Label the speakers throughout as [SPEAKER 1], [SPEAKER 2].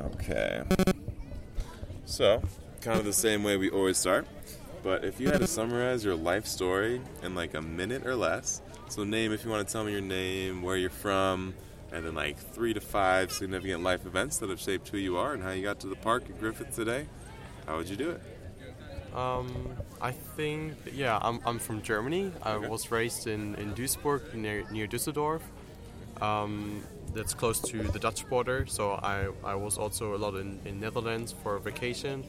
[SPEAKER 1] Okay. So, kind of the same way we always start, but if you had to summarize your life story in like a minute or less, so name if you want to tell me your name, where you're from, and then like three to five significant life events that have shaped who you are and how you got to the park at Griffith today, how would you do it?
[SPEAKER 2] Um, I think, yeah, I'm, I'm from Germany. I
[SPEAKER 1] Okay.
[SPEAKER 2] was raised in, in Duisburg, near, near Düsseldorf. Um, that's close to the Dutch border, so I, I was also a lot in, in Netherlands for vacation.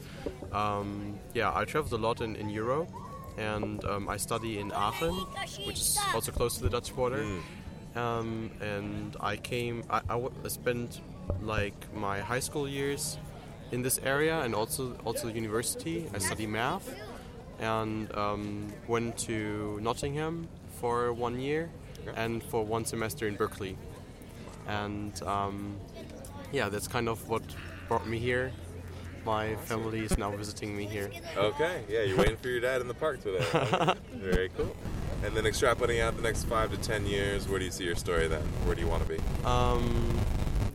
[SPEAKER 2] Um, yeah, I traveled a lot in, in Europe, and um, I study in Aachen, which is also close to the Dutch border. Um, and I came, I, I wa- I spent like my high school years in this area and also also university. I study math and um, went to Nottingham for one year and for one semester in Berkeley. And um, yeah, that's kind of what brought me here. My family is now visiting me here.
[SPEAKER 1] Okay, yeah, you're waiting for your dad in the park today. Okay, Very cool. And then extrapolating out the next five to ten years, where do you see your story then? Where do you want to be?
[SPEAKER 2] Um,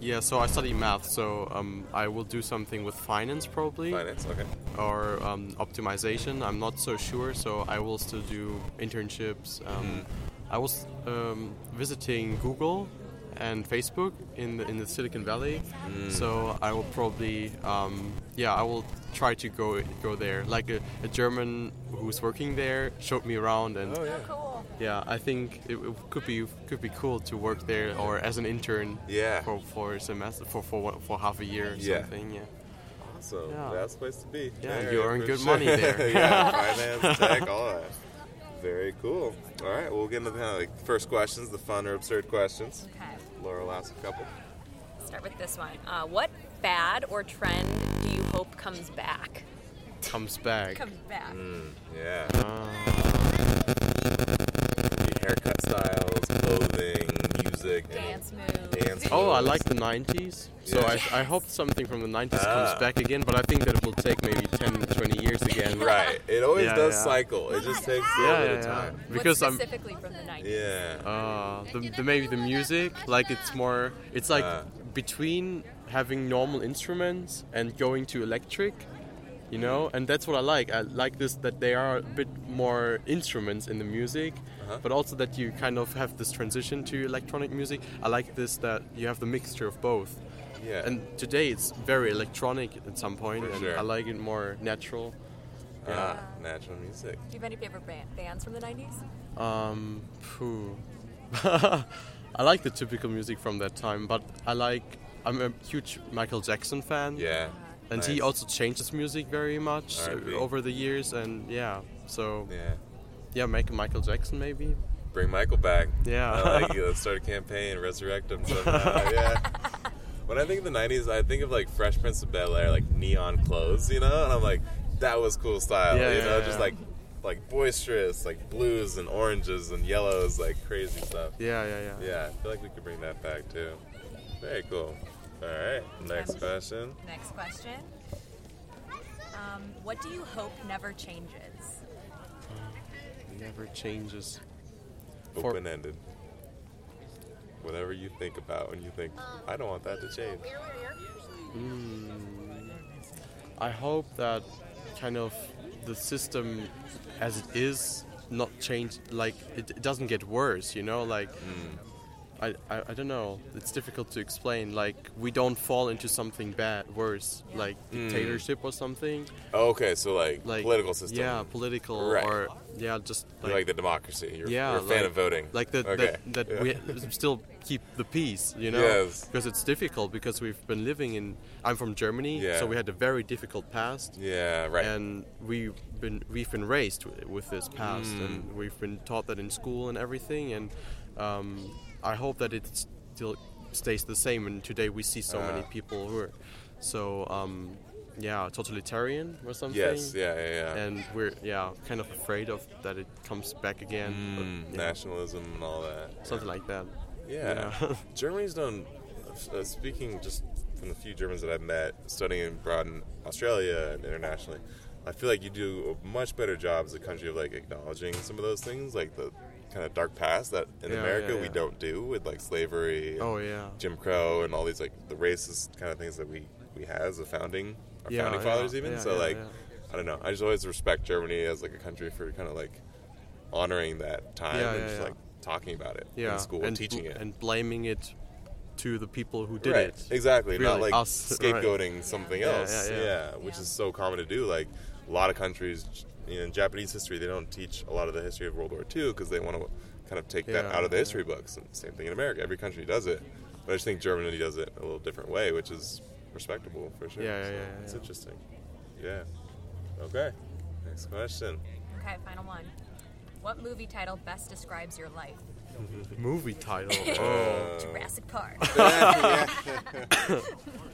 [SPEAKER 2] yeah, so I study math, so um, I will do something with finance probably.
[SPEAKER 1] Finance, okay.
[SPEAKER 2] or um, optimization. I'm not so sure, so I will still do internships.
[SPEAKER 1] Mm-hmm.
[SPEAKER 2] Um, I was um, visiting Google and Facebook in the, in the Silicon Valley,
[SPEAKER 1] Mm.
[SPEAKER 2] so I will probably um, yeah I will try to go go there. Like a, a German who's working there showed me around, and
[SPEAKER 1] yeah.
[SPEAKER 2] Oh, yeah, I think it, it could be could be cool to work there or as an intern
[SPEAKER 1] Yeah.
[SPEAKER 2] for for a semester for for, one- for half a year or
[SPEAKER 1] Yeah.
[SPEAKER 2] something. Yeah.
[SPEAKER 1] So
[SPEAKER 2] Yeah.
[SPEAKER 1] that's the place to be.
[SPEAKER 2] Yeah,
[SPEAKER 1] There,
[SPEAKER 2] you earn
[SPEAKER 1] for
[SPEAKER 2] good money there.
[SPEAKER 1] yeah, finance, tech, all that. Very cool. All right, well, we'll get into the kind of like first questions, the fun or absurd questions.
[SPEAKER 3] Okay.
[SPEAKER 1] Laura will ask a couple.
[SPEAKER 3] Start with this one. Uh, what fad or trend do you hope comes back?
[SPEAKER 2] Comes back.
[SPEAKER 3] Comes back.
[SPEAKER 1] Mm. Yeah.
[SPEAKER 2] Uh,
[SPEAKER 1] The haircut styles, clothing, music, any-
[SPEAKER 3] Dance moves.
[SPEAKER 1] Dance
[SPEAKER 2] Oh, I
[SPEAKER 1] moves.
[SPEAKER 2] like the 90s. So
[SPEAKER 1] Yeah.
[SPEAKER 2] I, I hope something from the 90s
[SPEAKER 1] Ah.
[SPEAKER 2] comes back again, but I think that it will take maybe 10, 20 years again.
[SPEAKER 1] Right. It always
[SPEAKER 2] Yeah,
[SPEAKER 1] does
[SPEAKER 2] yeah.
[SPEAKER 1] cycle. It just takes a
[SPEAKER 2] Yeah,
[SPEAKER 1] little
[SPEAKER 2] yeah, yeah.
[SPEAKER 1] time.
[SPEAKER 2] Because
[SPEAKER 3] what
[SPEAKER 2] I'm.
[SPEAKER 3] specifically from the 90s.
[SPEAKER 1] Yeah.
[SPEAKER 2] Uh, the, the, maybe the music, like it's more. It's like
[SPEAKER 1] Ah.
[SPEAKER 2] between having normal instruments and going to electric. You know, and that's what I like. I like this that they are a bit more instruments in the music,
[SPEAKER 1] Uh-huh.
[SPEAKER 2] but also that you kind of have this transition to electronic music. I like this that you have the mixture of both.
[SPEAKER 1] yeah.
[SPEAKER 2] And today it's very electronic at some point,
[SPEAKER 1] For
[SPEAKER 2] and
[SPEAKER 1] sure.
[SPEAKER 2] I like it more natural.
[SPEAKER 1] Ah, natural music.
[SPEAKER 3] Do you have any favorite band, bands from the 90s?
[SPEAKER 2] Um, phew. I like the typical music from that time, but I like. I'm a huge Michael Jackson fan.
[SPEAKER 1] Yeah.
[SPEAKER 2] And he
[SPEAKER 1] nice.
[SPEAKER 2] also changes music very much uh,
[SPEAKER 1] R&B.
[SPEAKER 2] over the years, and yeah. So yeah,
[SPEAKER 1] Yeah.
[SPEAKER 2] make a Michael Jackson maybe.
[SPEAKER 1] Bring Michael back.
[SPEAKER 2] Yeah.
[SPEAKER 1] I like you. Let's start a campaign, resurrect him somehow. yeah. When I think of the 90s, I think of like Fresh Prince of Bel Air, like neon clothes, you know? And I'm like, that was cool style,
[SPEAKER 2] Yeah,
[SPEAKER 1] you
[SPEAKER 2] yeah,
[SPEAKER 1] know?
[SPEAKER 2] yeah.
[SPEAKER 1] Just like like boisterous, like blues and oranges and yellows, like crazy stuff.
[SPEAKER 2] Yeah, yeah, yeah.
[SPEAKER 1] Yeah, I feel like we could bring that back too. Very cool. All right, next question.
[SPEAKER 3] Next question. Um, what do you hope never changes?
[SPEAKER 2] Never changes. For-
[SPEAKER 1] Open ended. Whatever you think about when you think, I don't want that to change.
[SPEAKER 2] I hope that kind of the system as it is not change like it, it doesn't get worse you know like
[SPEAKER 1] Hmm.
[SPEAKER 2] I, I I don't know it's difficult to explain like we don't fall into something bad worse like dictatorship or something
[SPEAKER 1] Oh, Okay, so like,
[SPEAKER 2] like
[SPEAKER 1] Hmm. political system.
[SPEAKER 2] yeah political
[SPEAKER 1] Right.
[SPEAKER 2] or yeah just
[SPEAKER 1] You like the democracy. You're,
[SPEAKER 2] yeah,
[SPEAKER 1] you're a fan
[SPEAKER 2] like-
[SPEAKER 1] of voting.
[SPEAKER 2] Like the,
[SPEAKER 1] Okay.
[SPEAKER 2] that, that
[SPEAKER 1] Yeah.
[SPEAKER 2] we still keep the peace, you know?
[SPEAKER 1] Yes.
[SPEAKER 2] Because it's difficult because we've been living in. I'm from Germany,
[SPEAKER 1] Yeah.
[SPEAKER 2] so we had a very difficult past.
[SPEAKER 1] Yeah, right.
[SPEAKER 2] And we've been we've been raised w- with this past, and
[SPEAKER 1] Mm.
[SPEAKER 2] we've been taught that in school and everything. And um, I hope that it still stays the same. And today we see so many
[SPEAKER 1] Ah.
[SPEAKER 2] people who are so um, yeah totalitarian or something
[SPEAKER 1] yes, yeah, yeah, yeah.
[SPEAKER 2] and we're yeah kind of afraid of that it comes back again but,
[SPEAKER 1] Mm,
[SPEAKER 2] yeah,
[SPEAKER 1] Nationalism and all that.
[SPEAKER 2] something like that
[SPEAKER 1] Yeah.
[SPEAKER 2] Yeah.
[SPEAKER 1] Germany's done, uh, speaking just from the few Germans that I've met studying abroad in Australia and internationally, I feel like you do a much better job as a country of like acknowledging some of those things, like the kind of dark past that in
[SPEAKER 2] Yeah,
[SPEAKER 1] America
[SPEAKER 2] yeah,
[SPEAKER 1] we
[SPEAKER 2] yeah.
[SPEAKER 1] don't do with like slavery. and
[SPEAKER 2] oh yeah
[SPEAKER 1] Jim Crow and all these like the racist kind of things that we we had as a founding, our
[SPEAKER 2] Yeah,
[SPEAKER 1] founding
[SPEAKER 2] yeah,
[SPEAKER 1] fathers even.
[SPEAKER 2] yeah,
[SPEAKER 1] so
[SPEAKER 2] yeah,
[SPEAKER 1] like,
[SPEAKER 2] yeah.
[SPEAKER 1] I don't know. I just always respect Germany as like a country for kind of like honoring that time
[SPEAKER 2] Yeah,
[SPEAKER 1] and
[SPEAKER 2] yeah,
[SPEAKER 1] just
[SPEAKER 2] yeah.
[SPEAKER 1] like talking about it
[SPEAKER 2] yeah,
[SPEAKER 1] in school
[SPEAKER 2] and
[SPEAKER 1] and teaching it.
[SPEAKER 2] and blaming it to the people who did
[SPEAKER 1] right.
[SPEAKER 2] it.
[SPEAKER 1] Exactly. Not
[SPEAKER 2] Really,
[SPEAKER 1] like
[SPEAKER 2] us, right.
[SPEAKER 1] scapegoating something
[SPEAKER 2] Yeah,
[SPEAKER 1] else.
[SPEAKER 2] yeah,
[SPEAKER 1] Yeah,
[SPEAKER 2] yeah.
[SPEAKER 1] which
[SPEAKER 3] Yeah.
[SPEAKER 1] is so common to do. Like a lot of countries you know, in Japanese history, they don't teach a lot of the history of World War II because they want to kind of take that
[SPEAKER 2] Yeah,
[SPEAKER 1] out of the
[SPEAKER 2] yeah.
[SPEAKER 1] history books. And same thing in America. Every country does it, but I just think Germany does it a little different way, which is respectable for sure.
[SPEAKER 2] Yeah, yeah,
[SPEAKER 1] So
[SPEAKER 2] yeah, yeah,
[SPEAKER 1] It's
[SPEAKER 2] yeah.
[SPEAKER 1] interesting. Yeah. Okay. Next question.
[SPEAKER 3] Okay, final one. What movie title best describes your life?
[SPEAKER 2] Movie title.
[SPEAKER 1] Uh,
[SPEAKER 2] Oh,
[SPEAKER 3] Jurassic Park.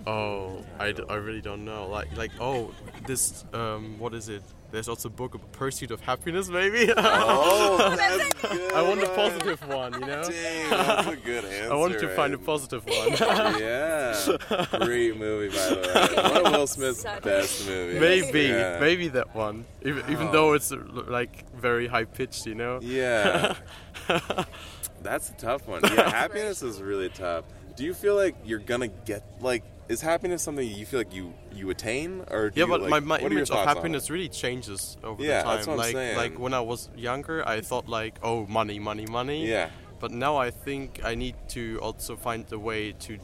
[SPEAKER 2] oh, I, d- I really don't know. Like like oh, this um what is it? There's also a book of Pursuit of Happiness, maybe.
[SPEAKER 1] Oh, that's good.
[SPEAKER 2] I want a positive one, you know.
[SPEAKER 1] Dang, that's a good answer.
[SPEAKER 2] I wanted to find a
[SPEAKER 1] right?
[SPEAKER 2] positive one.
[SPEAKER 1] yeah. Great movie, by the way. One of Will Smith's
[SPEAKER 3] Such-
[SPEAKER 1] best movies.
[SPEAKER 2] maybe
[SPEAKER 1] Yeah.
[SPEAKER 2] maybe that one. Even, even
[SPEAKER 1] Oh.
[SPEAKER 2] though it's uh, l- like very high pitched, you know.
[SPEAKER 1] Yeah. That's a tough one. Yeah, happiness is really tough. Do you feel like you're gonna get like? Is happiness something you feel like you you attain or? Do
[SPEAKER 2] Yeah,
[SPEAKER 1] you,
[SPEAKER 2] but
[SPEAKER 1] like,
[SPEAKER 2] my, my
[SPEAKER 1] what are your
[SPEAKER 2] image of
[SPEAKER 1] thoughts on it?
[SPEAKER 2] happiness really changes over
[SPEAKER 1] Yeah,
[SPEAKER 2] the time.
[SPEAKER 1] that's what I'm
[SPEAKER 2] like
[SPEAKER 1] saying.
[SPEAKER 2] like when I was younger, I thought like, oh, money, money, money.
[SPEAKER 1] Yeah.
[SPEAKER 2] But now I think I need to also find a way to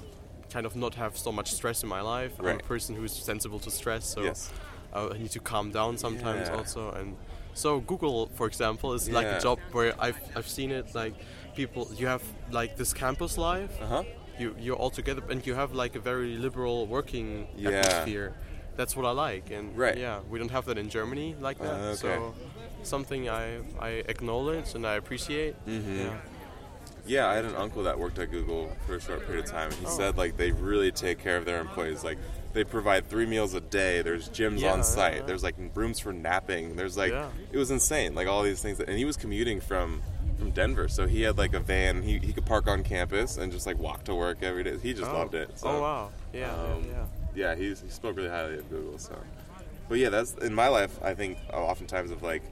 [SPEAKER 2] kind of not have so much stress in my life. I'm a
[SPEAKER 1] Right.
[SPEAKER 2] person who's sensible to stress, so
[SPEAKER 1] Yes.
[SPEAKER 2] I I need to calm down sometimes
[SPEAKER 1] Yeah.
[SPEAKER 2] also. And so Google, for example, is like a
[SPEAKER 1] Yeah.
[SPEAKER 2] job where I've I've seen it like people you have like this campus life
[SPEAKER 1] Uh-huh.
[SPEAKER 2] you you're all together and you have like a very liberal working
[SPEAKER 1] Yeah.
[SPEAKER 2] atmosphere. That's what I like, and
[SPEAKER 1] Right.
[SPEAKER 2] yeah, we don't have that in Germany like that.
[SPEAKER 1] Uh, okay.
[SPEAKER 2] So something I I acknowledge and I appreciate.
[SPEAKER 1] Mhm.
[SPEAKER 2] Yeah.
[SPEAKER 1] Yeah, I had an uncle that worked at Google for a short period of time, and he
[SPEAKER 2] Oh.
[SPEAKER 1] said like they really take care of their employees. Like they provide three meals a day. There's gyms
[SPEAKER 2] Yeah,
[SPEAKER 1] on site.
[SPEAKER 2] yeah.
[SPEAKER 1] There's like rooms for napping. There's like
[SPEAKER 2] Yeah.
[SPEAKER 1] it was insane. Like all these things, that, and he was commuting from from Denver, so he had like a van. He he could park on campus and just like walk to work every day. He just
[SPEAKER 2] Oh.
[SPEAKER 1] loved it. So,
[SPEAKER 2] oh wow! Yeah, yeah,
[SPEAKER 1] um,
[SPEAKER 2] yeah.
[SPEAKER 1] yeah, he's, he spoke really highly of Google. So, but yeah, that's in my life. I think I oftentimes of like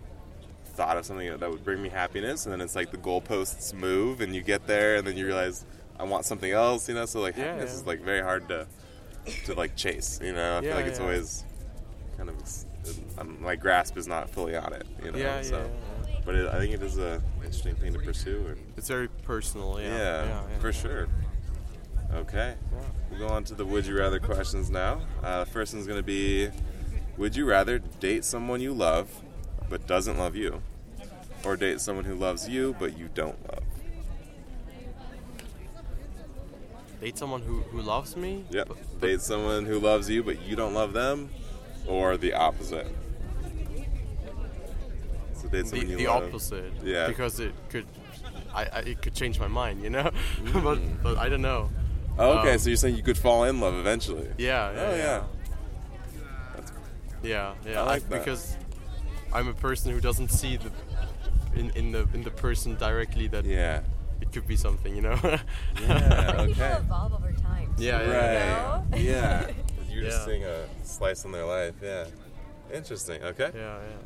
[SPEAKER 1] thought of something that would bring me happiness, and then it's like the goalposts move, and you get there, and then you realize I want something else. You know, so like
[SPEAKER 2] Yeah,
[SPEAKER 1] happiness
[SPEAKER 2] yeah.
[SPEAKER 1] is like very hard to to like chase. You know, I feel
[SPEAKER 2] Yeah,
[SPEAKER 1] like it's
[SPEAKER 2] yeah.
[SPEAKER 1] always kind of ex- um, my grasp is not fully on it. You know,
[SPEAKER 2] Yeah, yeah,
[SPEAKER 1] so.
[SPEAKER 2] yeah,
[SPEAKER 1] But it, I think it is a interesting thing to pursue. And,
[SPEAKER 2] It's very personal. Yeah,
[SPEAKER 1] yeah,
[SPEAKER 2] yeah.
[SPEAKER 1] for sure. Okay.
[SPEAKER 2] Yeah.
[SPEAKER 1] We'll go on to the would you rather questions now. Uh, the first one's going to be Would you rather date someone you love but doesn't love you, or date someone who loves you but you don't love?
[SPEAKER 2] Date someone who, who loves me.
[SPEAKER 1] Yep.
[SPEAKER 2] but- but
[SPEAKER 1] Date someone who loves you but you don't love them, or the opposite. So date
[SPEAKER 2] the,
[SPEAKER 1] someone you
[SPEAKER 2] the
[SPEAKER 1] love.
[SPEAKER 2] opposite.
[SPEAKER 1] Yeah.
[SPEAKER 2] Because it could, I, I it could change my mind. You know, but
[SPEAKER 1] Mm.
[SPEAKER 2] but I don't know.
[SPEAKER 1] Oh, okay,
[SPEAKER 2] Um,
[SPEAKER 1] so you're saying you could fall in love eventually.
[SPEAKER 2] Yeah. yeah
[SPEAKER 1] Oh, yeah.
[SPEAKER 2] yeah. Yeah, yeah.
[SPEAKER 1] I like
[SPEAKER 2] I-
[SPEAKER 1] that.
[SPEAKER 2] Because I'm a person who doesn't see the in, in the in the person directly that
[SPEAKER 1] Yeah.
[SPEAKER 2] it could be something, you know.
[SPEAKER 1] Yeah,
[SPEAKER 3] People
[SPEAKER 1] okay.
[SPEAKER 3] evolve over time.
[SPEAKER 2] Yeah, yeah,
[SPEAKER 1] Right.
[SPEAKER 3] You know?
[SPEAKER 1] Yeah. You're
[SPEAKER 2] Yeah.
[SPEAKER 1] just seeing a slice in their life. Yeah. Interesting. Okay.
[SPEAKER 2] yeah, yeah.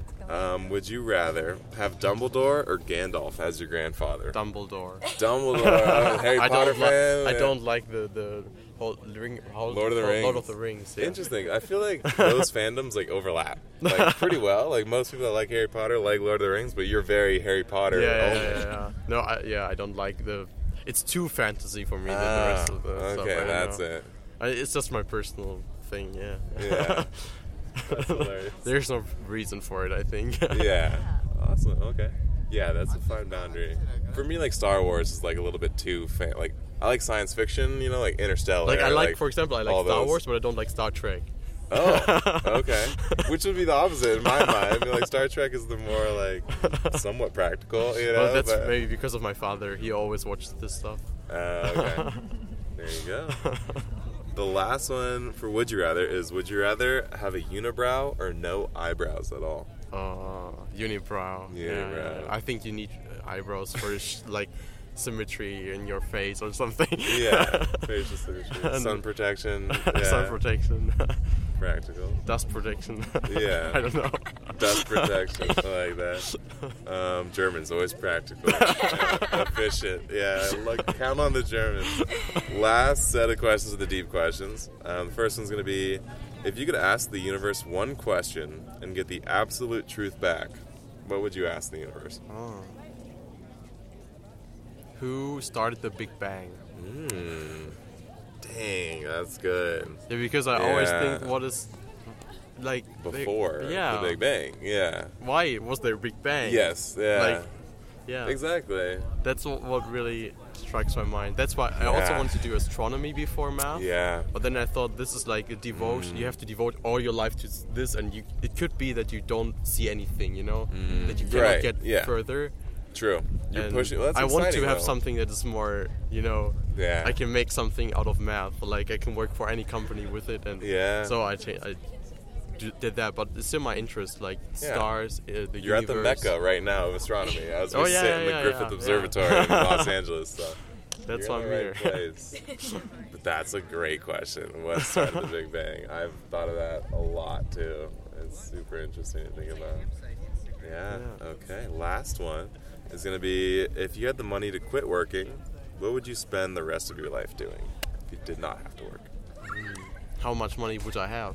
[SPEAKER 1] Um, would you rather have Dumbledore or Gandalf as your grandfather?
[SPEAKER 2] Dumbledore.
[SPEAKER 1] Dumbledore, uh, Harry
[SPEAKER 2] I
[SPEAKER 1] Potter
[SPEAKER 2] don't like.
[SPEAKER 1] fan.
[SPEAKER 2] I don't like the the whole ring. Whole,
[SPEAKER 1] Lord of the
[SPEAKER 2] whole Lord
[SPEAKER 1] Rings.
[SPEAKER 2] of the Rings. Yeah.
[SPEAKER 1] Interesting. I feel like those fandoms like overlap like pretty well. Like most people that like Harry Potter like Lord of the Rings, but you're very Harry
[SPEAKER 2] Yeah,
[SPEAKER 1] Potter.
[SPEAKER 2] yeah,
[SPEAKER 1] only.
[SPEAKER 2] yeah, yeah, yeah. No, I, yeah, I don't like the. It's too fantasy for me. than
[SPEAKER 1] Ah,
[SPEAKER 2] the rest of the stuff. I
[SPEAKER 1] okay,
[SPEAKER 2] don't
[SPEAKER 1] that's
[SPEAKER 2] know.
[SPEAKER 1] it.
[SPEAKER 2] I, it's just my personal thing. Yeah.
[SPEAKER 1] Yeah. That's hilarious.
[SPEAKER 2] There's no reason for it. I think.
[SPEAKER 1] yeah. Awesome. Okay. Yeah, that's a fine boundary. For me, like Star Wars is like a little bit too fan. Like I like science fiction, you know, Oh, like Interstellar.
[SPEAKER 2] Like I like, for example, I
[SPEAKER 1] all
[SPEAKER 2] like Star
[SPEAKER 1] those.
[SPEAKER 2] Wars, but I don't like Star Trek.
[SPEAKER 1] Oh, okay. Which would be the opposite in my mind. I mean, like Star Trek is the more like somewhat practical, Oh, you know.
[SPEAKER 2] well, that's
[SPEAKER 1] but-
[SPEAKER 2] maybe because of my father. He always watched this stuff.
[SPEAKER 1] Uh, okay. There you go. The last one for would you rather is would you rather have a unibrow or no eyebrows at all?
[SPEAKER 2] Uh, unibrow. Yeah,
[SPEAKER 1] Unibrow.
[SPEAKER 2] yeah. I think you need eyebrows for sh- like symmetry in your face or something.
[SPEAKER 1] Yeah. Facial symmetry. Sun protection. Yeah.
[SPEAKER 2] Sun protection.
[SPEAKER 1] Practical.
[SPEAKER 2] Dust protection.
[SPEAKER 1] Yeah.
[SPEAKER 2] I don't know.
[SPEAKER 1] best protection. I like that. Um, Germans always practical, Yeah, efficient. Yeah, look, count on the Germans. Last set of questions are the deep questions. Um, the first one's going to be: If you could ask the universe one question and get the absolute truth back, what would you ask the universe?
[SPEAKER 2] Oh. Who started the Big Bang?
[SPEAKER 1] Mm. Dang, that's good.
[SPEAKER 2] Yeah, because I always
[SPEAKER 1] Yeah.
[SPEAKER 2] think what is like they-
[SPEAKER 1] Before
[SPEAKER 2] yeah.
[SPEAKER 1] the Big Bang. Yeah.
[SPEAKER 2] Why was there Big Bang?
[SPEAKER 1] Yes. Yeah.
[SPEAKER 2] Like, uh, Yeah.
[SPEAKER 1] exactly.
[SPEAKER 2] That's wh- what really strikes my mind. That's why I also
[SPEAKER 1] Yeah.
[SPEAKER 2] wanted to do astronomy before math.
[SPEAKER 1] Yeah. Mm.
[SPEAKER 2] But then I thought this is like a devotion. You have to devote all your life to s- this, and you, it could be that you don't see anything, you know, that you cannot
[SPEAKER 1] Mm. Right,
[SPEAKER 2] get
[SPEAKER 1] yeah.
[SPEAKER 2] further.
[SPEAKER 1] True. You're
[SPEAKER 2] And
[SPEAKER 1] pushing. Well, that's
[SPEAKER 2] I want to
[SPEAKER 1] exciting,
[SPEAKER 2] have
[SPEAKER 1] though.
[SPEAKER 2] something that is more, you know,
[SPEAKER 1] Yeah.
[SPEAKER 2] I can make something out of math. Like I can work for any company with it, and
[SPEAKER 1] Yeah.
[SPEAKER 2] So I, cha- I d- did that, but it's still my interest, like
[SPEAKER 1] Yeah.
[SPEAKER 2] stars, uh, the
[SPEAKER 1] You're at the
[SPEAKER 2] universe.
[SPEAKER 1] mecca right now of astronomy as we
[SPEAKER 2] Oh, yeah,
[SPEAKER 1] sit
[SPEAKER 2] yeah,
[SPEAKER 1] in the
[SPEAKER 2] yeah,
[SPEAKER 1] Griffith
[SPEAKER 2] yeah,
[SPEAKER 1] Observatory
[SPEAKER 2] yeah.
[SPEAKER 1] in Los Angeles. So you're
[SPEAKER 2] That's why
[SPEAKER 1] in
[SPEAKER 2] I'm
[SPEAKER 1] the
[SPEAKER 2] here.
[SPEAKER 1] right place. but that's a great question. What started the Big Bang? I've thought of that a lot too. It's super interesting to think about. Yeah.
[SPEAKER 2] Yeah.
[SPEAKER 1] Okay. Last one is gonna be: if you had the money to quit working, what would you spend the rest of your life doing if you did not have to work?
[SPEAKER 2] How much money would I have?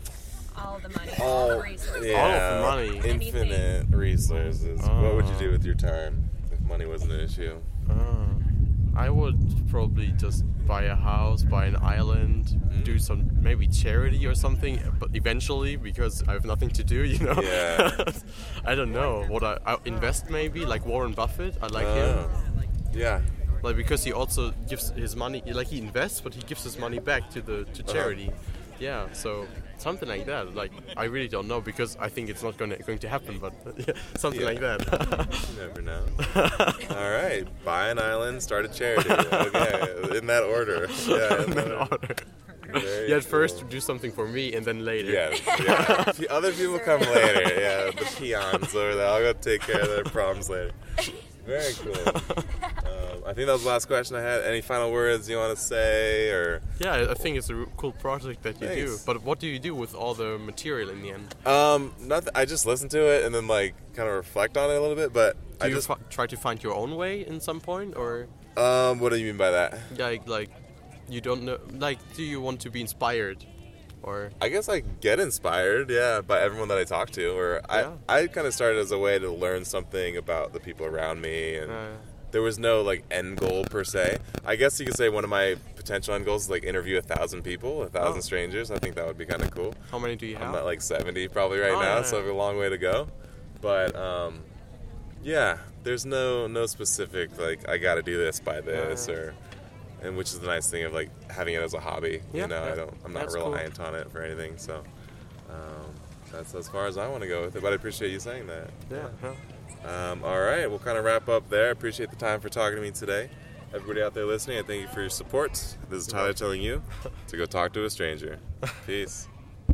[SPEAKER 3] All the money, all the
[SPEAKER 1] Oh,
[SPEAKER 3] resources.
[SPEAKER 1] yeah.
[SPEAKER 2] All of the money. Oh.
[SPEAKER 1] Infinite resources. What would you do with your time if money wasn't an issue?
[SPEAKER 2] Uh, I would probably just buy a house, buy an island,
[SPEAKER 1] Mm.
[SPEAKER 2] do some maybe charity or something. But eventually, because I have nothing to do, you know.
[SPEAKER 1] Yeah.
[SPEAKER 2] I don't know what I, I invest maybe like Warren Buffett. I like
[SPEAKER 1] Oh.
[SPEAKER 2] him,
[SPEAKER 1] Yeah.
[SPEAKER 2] like because he also gives his money, like he invests, but he gives his money back to the to
[SPEAKER 1] Uh-huh.
[SPEAKER 2] charity. Yeah, so something like that. Like I really don't know because I think it's not going to, going to happen, but something
[SPEAKER 1] Yeah.
[SPEAKER 2] like that.
[SPEAKER 1] You never know. All right. Buy an island, start a charity. Okay. In that order. Yeah. in
[SPEAKER 2] And
[SPEAKER 1] that
[SPEAKER 2] then
[SPEAKER 1] order.
[SPEAKER 2] order.
[SPEAKER 1] Very
[SPEAKER 2] Yeah, at first
[SPEAKER 1] cool.
[SPEAKER 2] do something for me and then later.
[SPEAKER 1] Yeah, yeah. The Other people come later. Yeah, the peons over there. I'll go take care of their problems later. Very cool. Um, I think that was the last question I had. Any final words you want to say, or
[SPEAKER 2] Yeah, I- I think it's a r- cool project that you
[SPEAKER 1] Thanks.
[SPEAKER 2] do. But what do you do with all the material in the end?
[SPEAKER 1] Um, nothing. I just listen to it and then like kind of reflect on it a little bit. But
[SPEAKER 2] Do
[SPEAKER 1] I
[SPEAKER 2] you
[SPEAKER 1] just,
[SPEAKER 2] fi- try to find your own way in some point, or
[SPEAKER 1] um, what do you mean by that?
[SPEAKER 2] like like you don't know? Like, do you want to be inspired, or
[SPEAKER 1] I guess I get inspired, yeah, by everyone that I talk to. Or I,
[SPEAKER 2] Yeah.
[SPEAKER 1] I kind of started as a way to learn something about the people around me, and
[SPEAKER 2] uh,
[SPEAKER 1] there was no like end goal per se. I guess you could say one of my potential end goals is like interview a thousand people, a thousand
[SPEAKER 2] Oh.
[SPEAKER 1] strangers. I think that would be kind of cool.
[SPEAKER 2] how many do you
[SPEAKER 1] I'm at
[SPEAKER 2] have?
[SPEAKER 1] like 70 probably right
[SPEAKER 2] Oh,
[SPEAKER 1] now,
[SPEAKER 2] yeah,
[SPEAKER 1] so I
[SPEAKER 2] yeah.
[SPEAKER 1] have a long way to go. But um, yeah, there's no no specific like I got to do this by this
[SPEAKER 2] Yeah.
[SPEAKER 1] or and which is the nice thing of like having it as a hobby.
[SPEAKER 2] Yeah,
[SPEAKER 1] you know,
[SPEAKER 2] yeah.
[SPEAKER 1] I don't I'm not
[SPEAKER 2] That's cool.
[SPEAKER 1] reliant on it for anything. So um, that's as far as I want to go with it. But I appreciate you saying that.
[SPEAKER 2] yeah. yeah.
[SPEAKER 1] Um, all right, we'll kind of wrap up there. Appreciate the time for talking to me today. Everybody out there listening, I thank you for your support. This is Tyler telling you to go talk to a stranger. Peace.